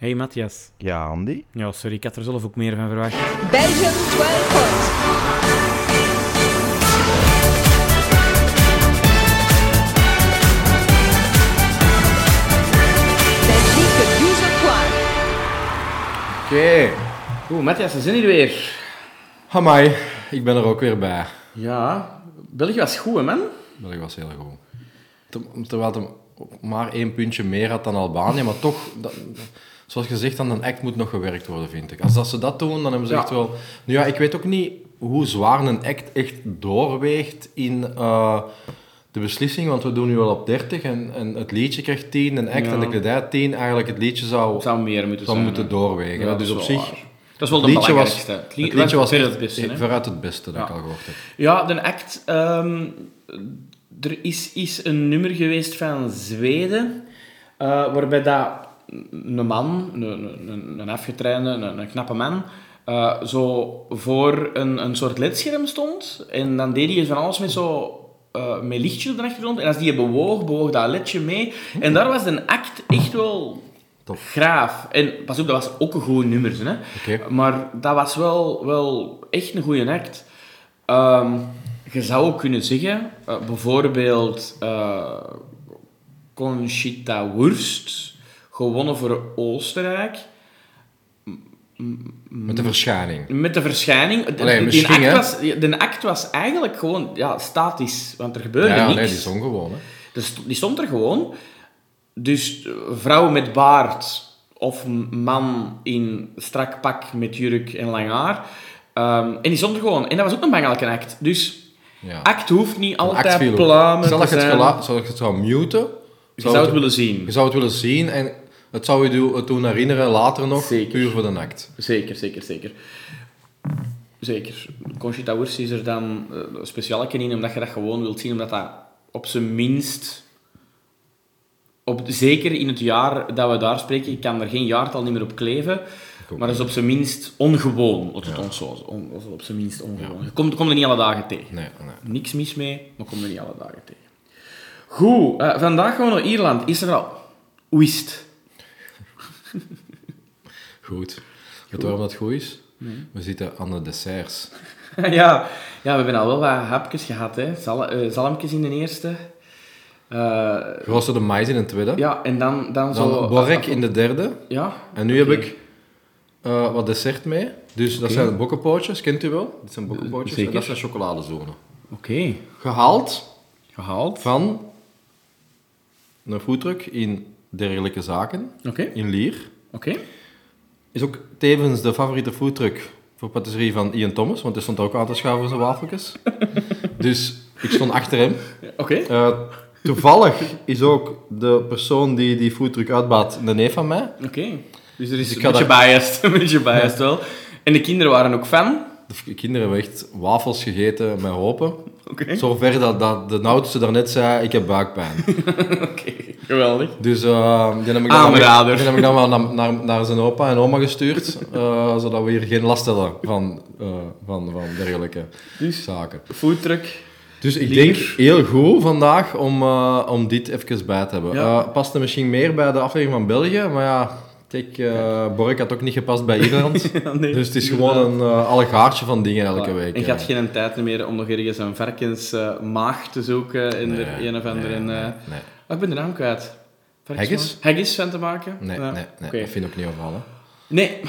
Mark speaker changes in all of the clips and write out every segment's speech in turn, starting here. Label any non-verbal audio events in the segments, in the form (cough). Speaker 1: Hey Matthias.
Speaker 2: Ja, Andy?
Speaker 1: Ja, sorry, ik had er zelf ook meer van verwacht.
Speaker 3: Belgium 12 points. Belgique 12 points.
Speaker 4: Oké.
Speaker 5: Oeh, Matthias, ze zijn hier weer.
Speaker 4: Hamai, ik ben er ook weer bij.
Speaker 5: Ja, België was goed, hè, man?
Speaker 4: België was heel goed. Ter- Terwijl het maar één puntje meer had dan Albanië, maar toch, dat, zoals gezegd, aan een act moet nog gewerkt worden, vind ik. Als dat ze dat doen, dan hebben ze
Speaker 5: Ja.
Speaker 4: echt wel... Nu ja, ik weet ook niet hoe zwaar een act echt doorweegt in eh, de beslissing, want we doen nu al op 30 en, en het liedje krijgt 10, een act
Speaker 5: Ja.
Speaker 4: en de kledij 10. Eigenlijk het liedje zou,
Speaker 5: Het zou meer moeten
Speaker 4: zou
Speaker 5: zijn.
Speaker 4: moeten
Speaker 5: hè.
Speaker 4: doorwegen.
Speaker 5: Ja,
Speaker 4: hè.
Speaker 5: dat
Speaker 4: dus
Speaker 5: is
Speaker 4: op
Speaker 5: wel
Speaker 4: zich...
Speaker 5: waar. Dat is wel de
Speaker 4: het liedje was,
Speaker 5: belangrijkste.
Speaker 4: het liedje was
Speaker 5: verder
Speaker 4: echt-
Speaker 5: het beste, hè.
Speaker 4: vooruit het beste dat
Speaker 5: Ja.
Speaker 4: ik al gehoord heb.
Speaker 5: Ja, de act. ehm, er is, is een nummer geweest van Zweden, eh, waarbij dat een man, een, een- een, een afgetrainde, een, een knappe man, eh, zo voor een, een soort ledscherm stond. En dan deed hij van alles met zo... eh, met lichtjes op de achtergrond. En als die bewoog, bewoog dat ledje mee. En daar was een act echt wel...
Speaker 4: Top.
Speaker 5: Graaf. En pas op, dat was ook een goed nummer. Hè?
Speaker 4: Oké.
Speaker 5: Maar dat was wel, wel echt een goede act. Ehm, je zou ook kunnen zeggen, eh, bijvoorbeeld eh, Conchita Wurst, gewonnen voor Oostenrijk.
Speaker 4: Met de verschijning.
Speaker 5: Met de verschijning. de-
Speaker 4: Allee,
Speaker 5: de- die
Speaker 4: misschien,
Speaker 5: act
Speaker 4: hè?
Speaker 5: was, de act was eigenlijk gewoon ja, statisch, want er gebeurde
Speaker 4: ja, ja,
Speaker 5: niks.
Speaker 4: nee, die is ongewoon. Hè.
Speaker 5: Dus st- die stond er gewoon. Dus eh, vrouw met baard of m- man in strak pak met jurk en lang haar. Ehm, en die stond er gewoon. En dat was ook een bangelijke act. Dus
Speaker 4: Ja.
Speaker 5: act hoeft niet altijd
Speaker 4: Actfeel.
Speaker 5: pluimen
Speaker 4: Stel
Speaker 5: te
Speaker 4: dat je het
Speaker 5: zijn.
Speaker 4: geluid- stel dat je het zou muten,
Speaker 5: Je zou het willen zien.
Speaker 4: je zou het willen zien en het zou je do- het doen herinneren later nog,
Speaker 5: Zeker.
Speaker 4: puur voor de act.
Speaker 5: Zeker, zeker, zeker. Zeker. Conchita Wurst is er dan eh, een speciaal in, omdat je dat gewoon wilt zien, omdat dat op zijn minst... Op, zeker in het jaar dat we daar spreken, ik kan er geen jaartal niet meer op kleven,
Speaker 4: ook
Speaker 5: maar dat is op zijn minst ongewoon, laat het ons zo- on- of op zijn minst ongewoon. Je komt komt er niet alle dagen tegen.
Speaker 4: Nee, nee.
Speaker 5: Niks mis mee, maar kom er niet alle dagen tegen. Goed, eh, vandaag gaan we naar Ierland, Israël. Hoe is het?
Speaker 4: Goed. Weet je waarom dat goed is? We zitten aan de desserts.
Speaker 5: (laughs) ja. ja, we hebben al wel wat hapjes gehad. Hè. Zal, eh, zalmpjes in de eerste. Eh,
Speaker 4: Roosterde mais in de tweede,
Speaker 5: ja, en dan, dan zo...
Speaker 4: dan borek in de derde.
Speaker 5: Ja.
Speaker 4: En nu
Speaker 5: Oké.
Speaker 4: heb ik eh, wat dessert mee. Dus dat zijn bokkenpootjes, kent u wel? Dit zijn bokkenpootjes
Speaker 5: Zeker.
Speaker 4: en dat zijn chocoladezonen.
Speaker 5: Oké.
Speaker 4: Gehaald
Speaker 5: Gehaald.
Speaker 4: van een foodtruck in dergelijke zaken
Speaker 5: Oké.
Speaker 4: in Lier.
Speaker 5: Oké.
Speaker 4: Is ook tevens de favoriete foodtruck voor patisserie van Ian Thomas, want hij stond daar ook aan te schuiven voor zijn wafeltjes. dus ik stond achter hem.
Speaker 5: Oké.
Speaker 4: Eh, toevallig is ook de persoon die die foodtruck uitbaat de neef van mij.
Speaker 5: Oké. Dus er is
Speaker 4: ik
Speaker 5: een
Speaker 4: ga
Speaker 5: beetje biased. (laughs) Een beetje biased wel. En de kinderen waren ook fan.
Speaker 4: De kinderen hebben echt wafels gegeten met hopen.
Speaker 5: Oké.
Speaker 4: Zover dat, dat de oudste daarnet zei, ik heb buikpijn.
Speaker 5: Oké. Geweldig.
Speaker 4: Dus eh die heb ik dan,
Speaker 5: Aanrader.
Speaker 4: die heb ik dan wel naar, naar, naar zijn opa en oma gestuurd, eh, zodat we hier geen last hadden van, eh, van, van dergelijke
Speaker 5: Dus?
Speaker 4: zaken.
Speaker 5: Foodtruck.
Speaker 4: Dus ik
Speaker 5: Lier.
Speaker 4: denk heel goed vandaag om, eh, om dit even bij te hebben.
Speaker 5: Ja.
Speaker 4: Eh, past er misschien meer bij de aflevering van België, maar ja, kijk, eh Bork had ook niet gepast bij Ierland.
Speaker 5: (laughs) Ja, nee,
Speaker 4: (laughs) dus het is
Speaker 5: inderdaad.
Speaker 4: gewoon een eh allegaartje van dingen elke week.
Speaker 5: En je
Speaker 4: eh.
Speaker 5: had geen tijd meer om nog ergens een varkensmaag te zoeken in de
Speaker 4: Nee,
Speaker 5: een of andere...
Speaker 4: nee,
Speaker 5: eh,
Speaker 4: nee, nee.
Speaker 5: Oh, ik ben de naam kwijt. Varkens-
Speaker 4: Haggis?
Speaker 5: Haggis van te maken?
Speaker 4: Nee,
Speaker 5: Ja,
Speaker 4: nee, nee,
Speaker 5: oké.
Speaker 4: dat vind ik ook niet overvallen.
Speaker 5: Nee,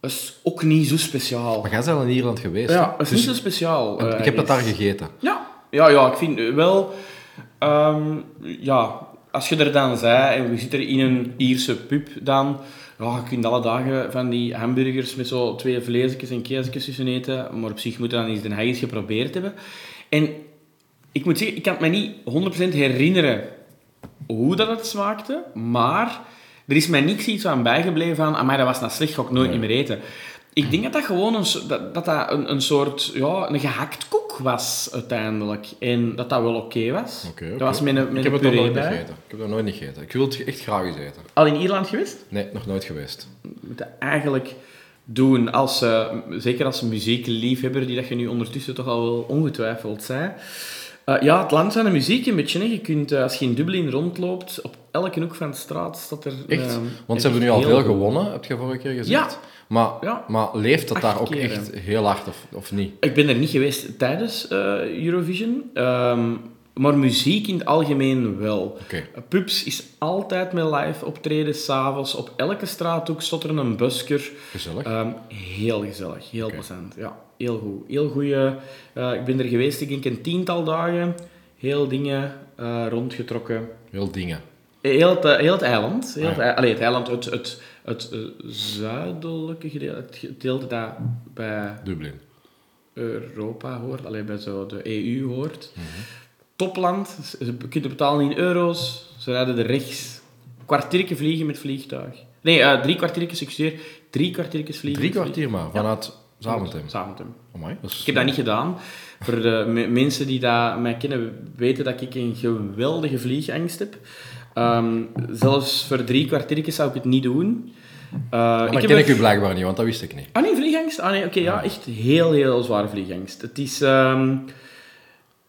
Speaker 5: dat is ook niet zo speciaal.
Speaker 4: Maar jij bent al in Ierland geweest.
Speaker 5: Ja,
Speaker 4: hè?
Speaker 5: dat is
Speaker 4: Dus
Speaker 5: niet zo speciaal. eh,
Speaker 4: ik heb dat daar
Speaker 5: Haggis.
Speaker 4: gegeten.
Speaker 5: Ja. ja, ja, ik vind eh, wel... ehm, ja, als je er dan zei en we zitten er in een Ierse pub dan... Ja, je kunt alle dagen van die hamburgers met zo twee vleesjes en keesjes tussen eten. Maar op zich moet je dan eens de haggis geprobeerd hebben. En ik moet zeggen, ik kan het me niet 100% herinneren hoe dat het smaakte, maar er is mij niks iets aan bijgebleven van, amai, dat was nou slecht, ga ik nooit meer eten. Ik denk dat dat gewoon een, so- dat, dat dat een, een soort, ja, een gehakt koek was uiteindelijk. En dat dat wel oké was.
Speaker 4: Oké,
Speaker 5: Dat
Speaker 4: oké.
Speaker 5: was met een,
Speaker 4: Ik
Speaker 5: met een
Speaker 4: heb het nog
Speaker 5: puree
Speaker 4: nooit
Speaker 5: bij.
Speaker 4: gegeten. Ik heb dat nooit niet gegeten. Ik wil het echt graag eens eten.
Speaker 5: Al in Ierland geweest?
Speaker 4: Nee, nog nooit geweest.
Speaker 5: We moeten eigenlijk doen, als, eh, zeker als muziekliefhebber, die dat je nu ondertussen toch al wel ongetwijfeld zei. Eh, ja, het langzame muziek een beetje. Hè. Je kunt, eh, als je in Dublin rondloopt, op elke hoek van de straat staat er...
Speaker 4: Echt?
Speaker 5: ehm,
Speaker 4: Want ze
Speaker 5: echt
Speaker 4: hebben nu al
Speaker 5: heel
Speaker 4: veel
Speaker 5: goed.
Speaker 4: gewonnen, heb je vorige keer gezegd.
Speaker 5: Ja.
Speaker 4: Maar,
Speaker 5: Ja.
Speaker 4: maar leeft dat
Speaker 5: Acht
Speaker 4: daar ook
Speaker 5: keer,
Speaker 4: echt heel hard of, of niet?
Speaker 5: Ik ben er niet geweest tijdens eh, Eurovision, ehm, maar muziek in het algemeen wel.
Speaker 4: Oké.
Speaker 5: Pubs is altijd met live optreden, s'avonds. Op elke straathoek stond er een busker.
Speaker 4: Gezellig.
Speaker 5: Ehm, heel gezellig, heel
Speaker 4: Oké.
Speaker 5: plezant. Ja, heel goed. Heel goede. ik ben er geweest, ik denk een tiental dagen. Heel dingen eh, rondgetrokken.
Speaker 4: Heel dingen.
Speaker 5: Heel het, eh, heel het eiland. Heel
Speaker 4: Ah,
Speaker 5: het, ei- allee, het eiland, het, het, het, eh, zuidelijke gedeelte, het gedeelte dat bij
Speaker 4: Dublin.
Speaker 5: Europa hoort, alleen bij zo de EU hoort.
Speaker 4: Mhm.
Speaker 5: Topland, ze ze kunnen betalen in euro's, ze rijden er rechts. Kwartiertje vliegen met vliegtuig. Nee, eh, drie kwartiertjes, excuseer. Drie kwartiertjes vliegen
Speaker 4: Drie
Speaker 5: met vlieg-
Speaker 4: kwartier maar, vanuit Zaventem.
Speaker 5: Zaventem.
Speaker 4: Amai, dat is...
Speaker 5: Ik heb dat niet gedaan. Voor de me- mensen die dat mij kennen, weten dat ik een geweldige vliegangst heb. Ehm, zelfs voor drie kwartiertjes zou ik het niet doen. Eh,
Speaker 4: Maar
Speaker 5: ik
Speaker 4: dat
Speaker 5: heb
Speaker 4: ken
Speaker 5: er-
Speaker 4: ik u blijkbaar niet, want dat wist ik niet.
Speaker 5: Ah nee, vliegangst? Ah nee, oké, ja, echt heel, heel zware vliegangst. Het is, ehm,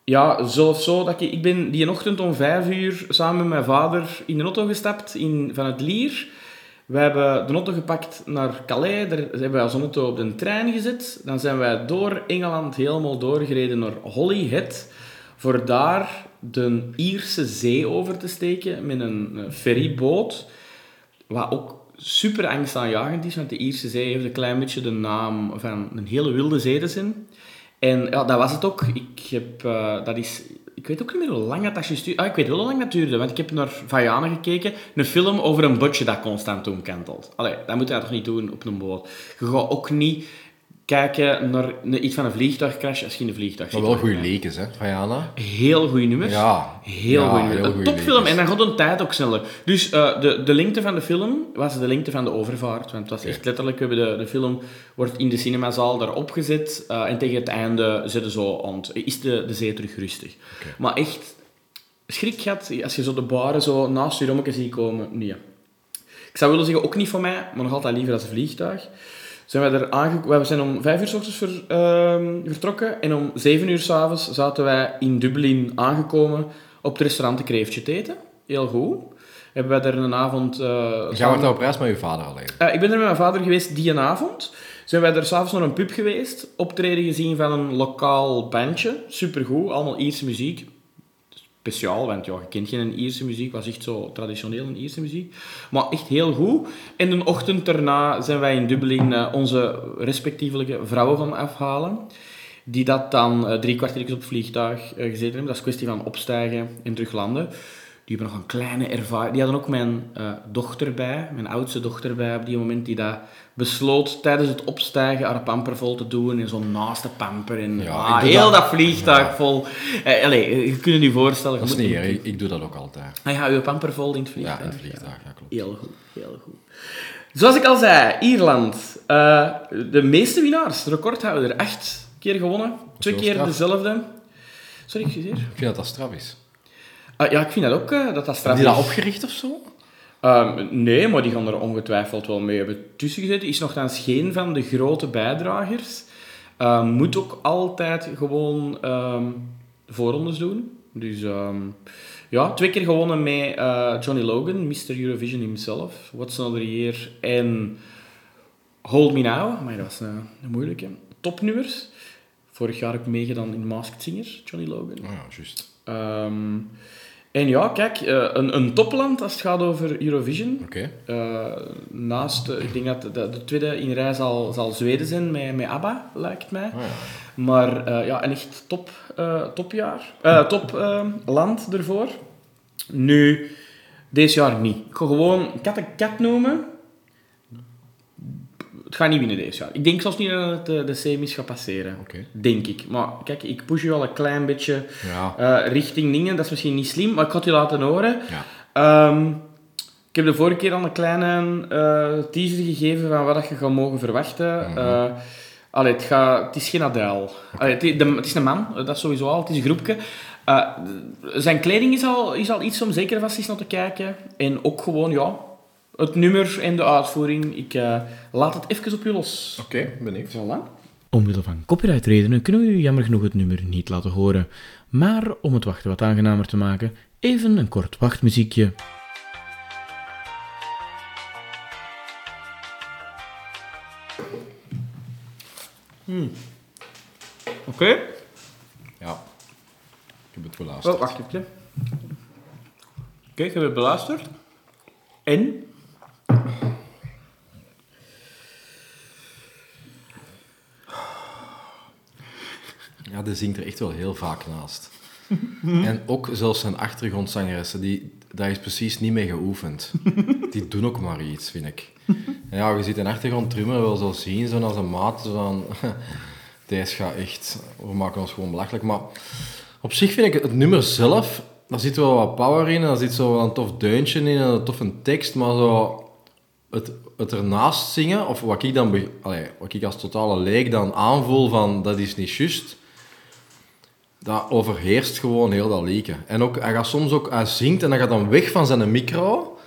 Speaker 5: ja, zo of zo, dat ik, ik ben die ochtend om vijf uur samen met mijn vader in de auto gestapt in, vanuit Lier. We hebben de auto gepakt naar Calais, daar hebben wij onze auto op de trein gezet. Dan zijn wij door Engeland helemaal doorgereden naar Holyhead, voor daar de Ierse zee over te steken met een eh, ferryboot. Wat ook super angstaanjagend is, want de Ierse Zee heeft een klein beetje de naam van een hele wilde zee te zijn. En ja, dat was het ook. Ik heb, eh, dat is... Ik weet ook niet meer hoe lang dat je stuurde. Ah, ik weet wel hoe lang dat duurde, want ik heb naar Vajana gekeken. Een film over een botje dat constant omkantelt. Allee, dat moet je toch niet doen op een boot. Je gaat ook niet kijken naar een- iets van een vliegtuigcrash als je in een vliegtuig
Speaker 4: Maar
Speaker 5: zit.
Speaker 4: wel goede lekens, hè, Vajana?
Speaker 5: Heel goede nummers.
Speaker 4: Ja.
Speaker 5: Heel
Speaker 4: Ja,
Speaker 5: goed goeie
Speaker 4: heel
Speaker 5: film. Een
Speaker 4: goeie
Speaker 5: topfilm.
Speaker 4: liedjes.
Speaker 5: En dan gaat een tijd ook sneller. Dus eh, de, de lengte van de film was de lengte van de overvaart. Want het was echt letterlijk... we hebben De, de film wordt in de cinemazaal daar opgezet. eh, en tegen het einde zitten zo aan het- is de, de zee terug rustig. Maar echt schrik gehad als je zo de baren zo naast je rommetje ziet komen. Nee. Ik zou willen zeggen, ook niet voor mij, maar nog altijd liever als een vliegtuig. Zijn wij er aange... We zijn om vijf uur s ochtends ver, ehm, vertrokken en om zeven uur s'avonds zaten wij in Dublin aangekomen op het restaurant De Kreeftje te eten. Heel goed. Hebben wij daar een avond... eh,
Speaker 4: Jij
Speaker 5: samen-
Speaker 4: wordt daar op reis met je vader alleen.
Speaker 5: eh, ik ben er met mijn vader geweest die een avond. Zijn wij daar s'avonds naar een pub geweest. Optreden gezien van een lokaal bandje. Supergoed, allemaal Ierse muziek. Speciaal, want ja, je kent geen Ierse muziek. was echt zo traditioneel een Ierse muziek. Maar echt heel goed. En een ochtend daarna zijn wij in Dublin eh, onze respectievelijke vrouwen gaan afhalen. Die dat dan eh, drie kwartiertjes op het vliegtuig eh, gezeten hebben. Dat is kwestie van opstijgen en terug landen. Die hebben nog een kleine ervaring. Die hadden ook mijn eh, dochter bij, mijn oudste dochter bij op die moment, die dat besloot tijdens het opstijgen haar pamper vol te doen en zo naast de pamper. En
Speaker 4: Ja,
Speaker 5: ah,
Speaker 4: ik doe
Speaker 5: heel dat,
Speaker 4: dat-
Speaker 5: vliegtuig vol. Eh, allee, eh, je kunt je voorstellen. je
Speaker 4: Dat is
Speaker 5: moet
Speaker 4: niet
Speaker 5: een-
Speaker 4: erg, ik doe dat ook altijd.
Speaker 5: Ah ja, uw pamper vol in het vliegtuig.
Speaker 4: Ja, in het vliegtuig, ja, klopt.
Speaker 5: Heel goed, heel goed. Zoals ik al zei, Ierland. eh, de meeste winnaars, de recordhouder. Acht keer gewonnen, twee
Speaker 4: wel
Speaker 5: keer
Speaker 4: straf.
Speaker 5: dezelfde. Sorry, excuseer.
Speaker 4: Ik vind dat dat straf is.
Speaker 5: Ah, ja, ik vind dat ook, eh, dat dat straf
Speaker 4: Heb je dat
Speaker 5: is.
Speaker 4: opgericht of zo?
Speaker 5: Ehm, nee, maar die gaan er ongetwijfeld wel mee hebben tussen gezeten. Is nogthans geen van de grote bijdragers. Ehm, moet ook altijd gewoon ehm voorrondes doen. Dus ehm, ja, twee keer gewonnen met eh, Johnny Logan, Mr. Eurovision himself, What's Another Year en Hold Me Now. Maar dat was eh, een moeilijke. Topnummers. Vorig jaar ook meegedaan in Masked Singer, Johnny Logan.
Speaker 4: Oh ja, juist.
Speaker 5: Ehm, en ja, kijk, eh, een, een topland als het gaat over Eurovision.
Speaker 4: Oké.
Speaker 5: Eh, naast, eh, ik denk dat de, de tweede in rij zal, zal Zweden zijn met, met ABBA, lijkt mij.
Speaker 4: Oh ja.
Speaker 5: Maar eh, ja, een echt top, eh, topjaar. Eh, top eh, land ervoor. Nu, deze jaar niet. Ik ga gewoon kat een kat noemen. Het gaat niet winnen deze jaar. Ik denk zelfs niet dat het eh, de semis gaat passeren.
Speaker 4: Oké.
Speaker 5: Denk ik. Maar kijk, ik push je al een klein beetje
Speaker 4: Ja.
Speaker 5: eh, richting dingen. Dat is misschien niet slim, maar ik ga het je laten horen.
Speaker 4: Ja.
Speaker 5: Ehm, ik heb de vorige keer al een kleine eh, teaser gegeven van wat dat je gaat mogen verwachten. Eh, allee, het, gaat, het is geen Adele. Allee, het, i- de- het is een man, eh, dat sowieso al. Het is een groepje. Eh, zijn kleding is al, is al iets om zeker vast eens naar te kijken. En ook gewoon, ja, het nummer en de uitvoering. Ik eh, laat het even op je los.
Speaker 4: Oké, benieuwd.
Speaker 5: Voilà.
Speaker 1: Omwille van copyrightredenen kunnen we u jammer genoeg het nummer niet laten horen. Maar om het wachten wat aangenamer te maken, even een kort wachtmuziekje.
Speaker 5: Oké.
Speaker 4: Ja. Ik heb het
Speaker 5: Wel,
Speaker 4: beluisterd.
Speaker 5: Oh, wacht even. Kijk, hebben we beluisterd. En?
Speaker 4: Ja, die zingt er echt wel heel vaak naast. en ook zelfs zijn achtergrondzangeressen, die, daar is precies niet mee geoefend. die doen ook maar iets, vind ik. En ja, je ziet een achtergrondtrummer wel zo zien, zo als een maat, zo van... (laughs) Deze gaat echt... We maken ons gewoon belachelijk. Maar op zich vind ik het nummer zelf... Daar zit wel wat power in, en daar zit zo wel een tof deuntje in, en een toffe tekst, maar zo... Het, het ernaast zingen, of wat ik dan... be- Allee, wat ik als totale leek dan aanvoel van... Dat is niet juist. Dat overheerst gewoon heel dat leken. En ook, hij gaat soms ook, hij zingt en hij gaat dan weg van zijn micro.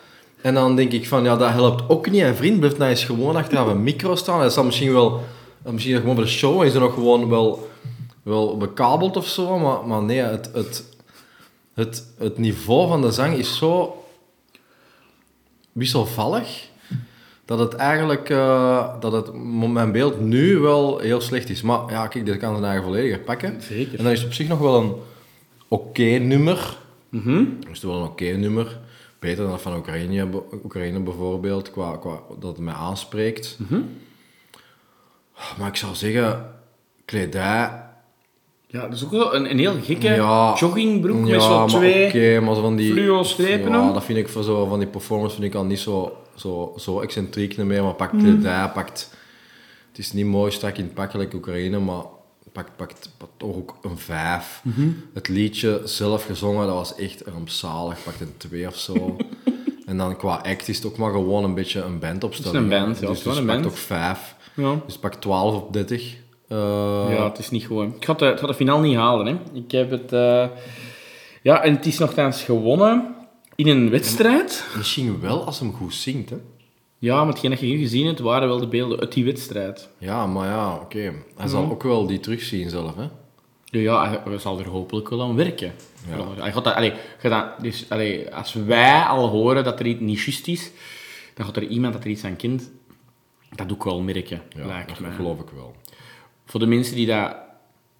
Speaker 4: En dan denk ik van, ja, dat helpt ook niet. Een vriend blijft nou eens gewoon achteraf een micro staan. Hij staat misschien wel, eh, misschien gewoon voor de show, is er nog gewoon wel, wel bekabeld of zo. Maar, maar nee, het, het, het, het niveau van de zang is zo wisselvallig. Dat het eigenlijk, eh, dat het mijn beeld nu wel heel slecht is. Maar ja, kijk, dit kan zijn eigen vollediger pakken.
Speaker 5: Zeker.
Speaker 4: En dat is op zich nog wel een oké nummer. Dat is toch wel een oké nummer. Beter dan dat van Oekraïne, Oekraïne bijvoorbeeld, qua, qua dat het mij aanspreekt. Maar ik zou zeggen, kledij...
Speaker 5: Ja, dat is ook wel een, een heel gekke
Speaker 4: Ja.
Speaker 5: joggingbroek met
Speaker 4: maar
Speaker 5: zo'n twee.
Speaker 4: Oké, maar zo van die...
Speaker 5: fluo strepen
Speaker 4: Ja,
Speaker 5: om.
Speaker 4: dat vind ik voor zo, van die performance vind ik al niet zo, zo, zo excentriek meer. Maar
Speaker 5: Mhm.
Speaker 4: pakt kledij, pakt... Het is niet mooi strak in het pak, gelijk Oekraïne, maar pakt, pakt, pakt toch ook een vijf.
Speaker 5: Mhm.
Speaker 4: Het liedje zelf gezongen, dat was echt rampzalig. Pakt een twee of
Speaker 5: (laughs)
Speaker 4: zo. en dan qua act is het ook maar gewoon een beetje een band opstellen.
Speaker 5: Het is een band, ja, het
Speaker 4: Dus,
Speaker 5: is wel
Speaker 4: dus
Speaker 5: een
Speaker 4: pakt
Speaker 5: band.
Speaker 4: ook vijf.
Speaker 5: Ja.
Speaker 4: Dus pakt 12 op 30. Eh,
Speaker 5: ja, het is niet gewoon. Ik ga het, eh, ik ga het finaal niet halen. Hè. Ik heb het... eh, Ja, en het is nogthans gewonnen in een wedstrijd.
Speaker 4: Misschien wel als hem goed zingt, hè.
Speaker 5: Ja, maar hetgeen dat je hier gezien hebt, waren wel de beelden uit die wedstrijd.
Speaker 4: Ja, maar ja, oké. Hij
Speaker 5: Mhm.
Speaker 4: zal ook wel die terugzien zelf, hè?
Speaker 5: Ja, Dus ja hij, hij zal er hopelijk wel aan werken. Ja. Hij gaat dat, allee, gaat dat, dus, allee, als wij al horen dat er iets niet juist is, dan gaat er iemand dat er iets aan kent, dat ook wel merken,
Speaker 4: Ja,
Speaker 5: lijkt
Speaker 4: dat
Speaker 5: mij.
Speaker 4: geloof ik wel.
Speaker 5: Voor de mensen die dat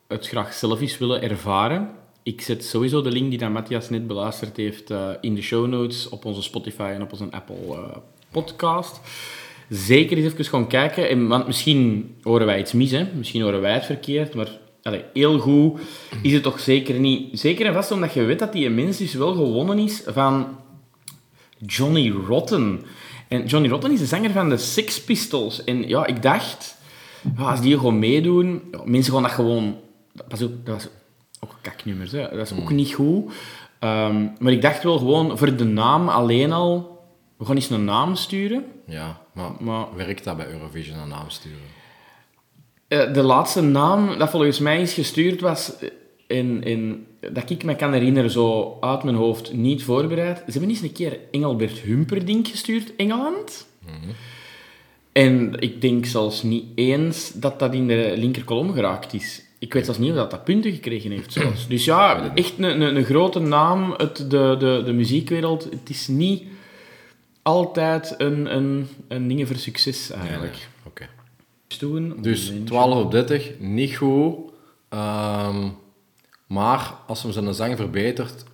Speaker 5: het graag zelf eens willen ervaren, ik zet sowieso de link die dat Matthias net beluisterd heeft eh, in de show notes op onze Spotify en op onze Apple eh, podcast. Zeker eens even gaan kijken, en, want misschien horen wij iets mis, hè? misschien horen wij het verkeerd, maar allee, heel goed is het toch zeker niet. Zeker en vast omdat je weet dat die mens dus wel gewonnen is van Johnny Rotten. En Johnny Rotten is de zanger van de Sex Pistols. En ja, ik dacht, ja, als die gewoon meedoen, ja, mensen gaan dat gewoon. dat- Pas op, dat was ook kaknummers, hè. dat is ook niet goed. Ehm, maar ik dacht wel gewoon voor de naam alleen al, we gaan eens een naam sturen.
Speaker 4: Ja, maar,
Speaker 5: Maar-
Speaker 4: werkt dat bij Eurovision een naam sturen?
Speaker 5: Eh, de laatste naam dat volgens mij is gestuurd was, eh, in, in, dat ik me kan herinneren, zo uit mijn hoofd, niet voorbereid. Ze hebben eens een keer Engelbert Humperdinck gestuurd, Engeland. En ik denk zelfs niet eens dat dat in de linkerkolom geraakt is. Ik weet zelfs niet of dat, dat punten gekregen heeft zelfs. Dus ja, echt een, een, een grote naam uit de, de, de muziekwereld. Het is niet altijd een, een, een ding voor succes eigenlijk.
Speaker 4: Nee, nee, Oké.
Speaker 5: Dus toen-
Speaker 4: Dus 12 op 30, niet goed. Ehm, maar als hem zijn zang verbetert,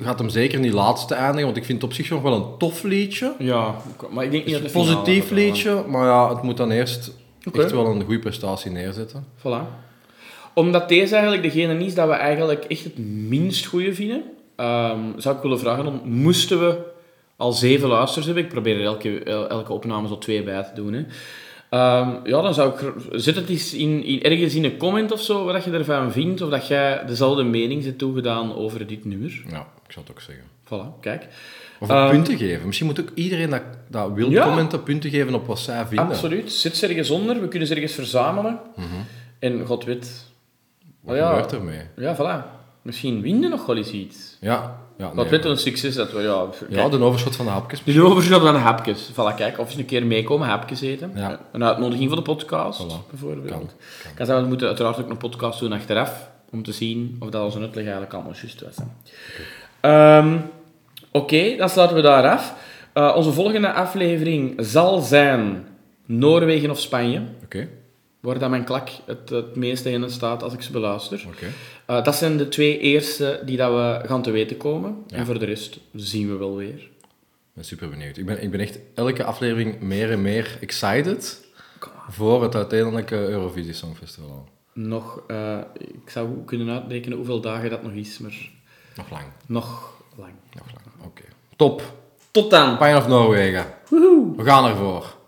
Speaker 4: gaat hem zeker niet laatste eindigen, want ik vind het op zich nog wel een tof liedje.
Speaker 5: Ja, maar ik denk niet
Speaker 4: Een
Speaker 5: dat
Speaker 4: positief liedje, maar ja, het moet dan eerst
Speaker 5: Oké.
Speaker 4: echt wel een goede prestatie neerzetten.
Speaker 5: Voilà. Omdat deze eigenlijk degene is dat we eigenlijk echt het minst goede vinden, ehm, zou ik willen vragen, om, moesten we al zeven luisters hebben, ik probeer er elke, el- elke opname zo twee bij te doen, hè. Ehm, ja, dan zou ik... er- Zet het eens in, in, ergens in een comment of zo, wat dat je ervan vindt, of dat jij dezelfde mening zit toegedaan over dit nummer.
Speaker 4: Ja, ik zou het ook zeggen.
Speaker 5: Voilà, kijk.
Speaker 4: Of
Speaker 5: Ehm,
Speaker 4: punten geven. Misschien moet ook iedereen dat, dat wil
Speaker 5: Ja.
Speaker 4: commenten punten geven op wat zij vinden. Mhm.
Speaker 5: Absoluut. Zit ze ergens onder, we kunnen ze ergens verzamelen. En god weet...
Speaker 4: Wat
Speaker 5: Oh ja.
Speaker 4: gebeurt ermee?
Speaker 5: Ja, voilà. Misschien winnen nog wel eens iets.
Speaker 4: Ja, Ja,
Speaker 5: Wat
Speaker 4: Ah, nee,
Speaker 5: weet een succes dat we... Ja,
Speaker 4: Ja, de overschot van de hapjes.
Speaker 5: Dus overschot aan hapjes. Voilà, kijk, of eens een keer meekomen, hapjes eten.
Speaker 4: Ja.
Speaker 5: Een uitnodiging voor de podcast,
Speaker 4: Voilà.
Speaker 5: bijvoorbeeld.
Speaker 4: Kan.
Speaker 5: Kan zijn, we moeten uiteraard ook een podcast doen achteraf, om te zien of dat onze uitleg eigenlijk allemaal juist was. hè. Ehm, Oké, dan sluiten we daar af. Eh, onze volgende aflevering zal zijn Noorwegen of Spanje,
Speaker 4: Oké,
Speaker 5: waar dat mijn klak het, het meeste in staat als ik ze beluister.
Speaker 4: oké.
Speaker 5: Eh, dat zijn de twee eerste die dat we gaan te weten komen.
Speaker 4: Ja.
Speaker 5: En voor de rest zien we wel weer.
Speaker 4: Ik ben super benieuwd. Ik ben, ik ben echt elke aflevering meer en meer excited
Speaker 5: Kom maar.
Speaker 4: voor het uiteindelijke Eurovisie Songfestival.
Speaker 5: nog, eh, ik zou kunnen uitrekenen hoeveel dagen dat nog is, maar
Speaker 4: Nog lang,
Speaker 5: nog lang.
Speaker 4: nog lang. Oké. Top.
Speaker 5: Tot dan!
Speaker 4: Pijn of Noorwegen. We gaan ervoor.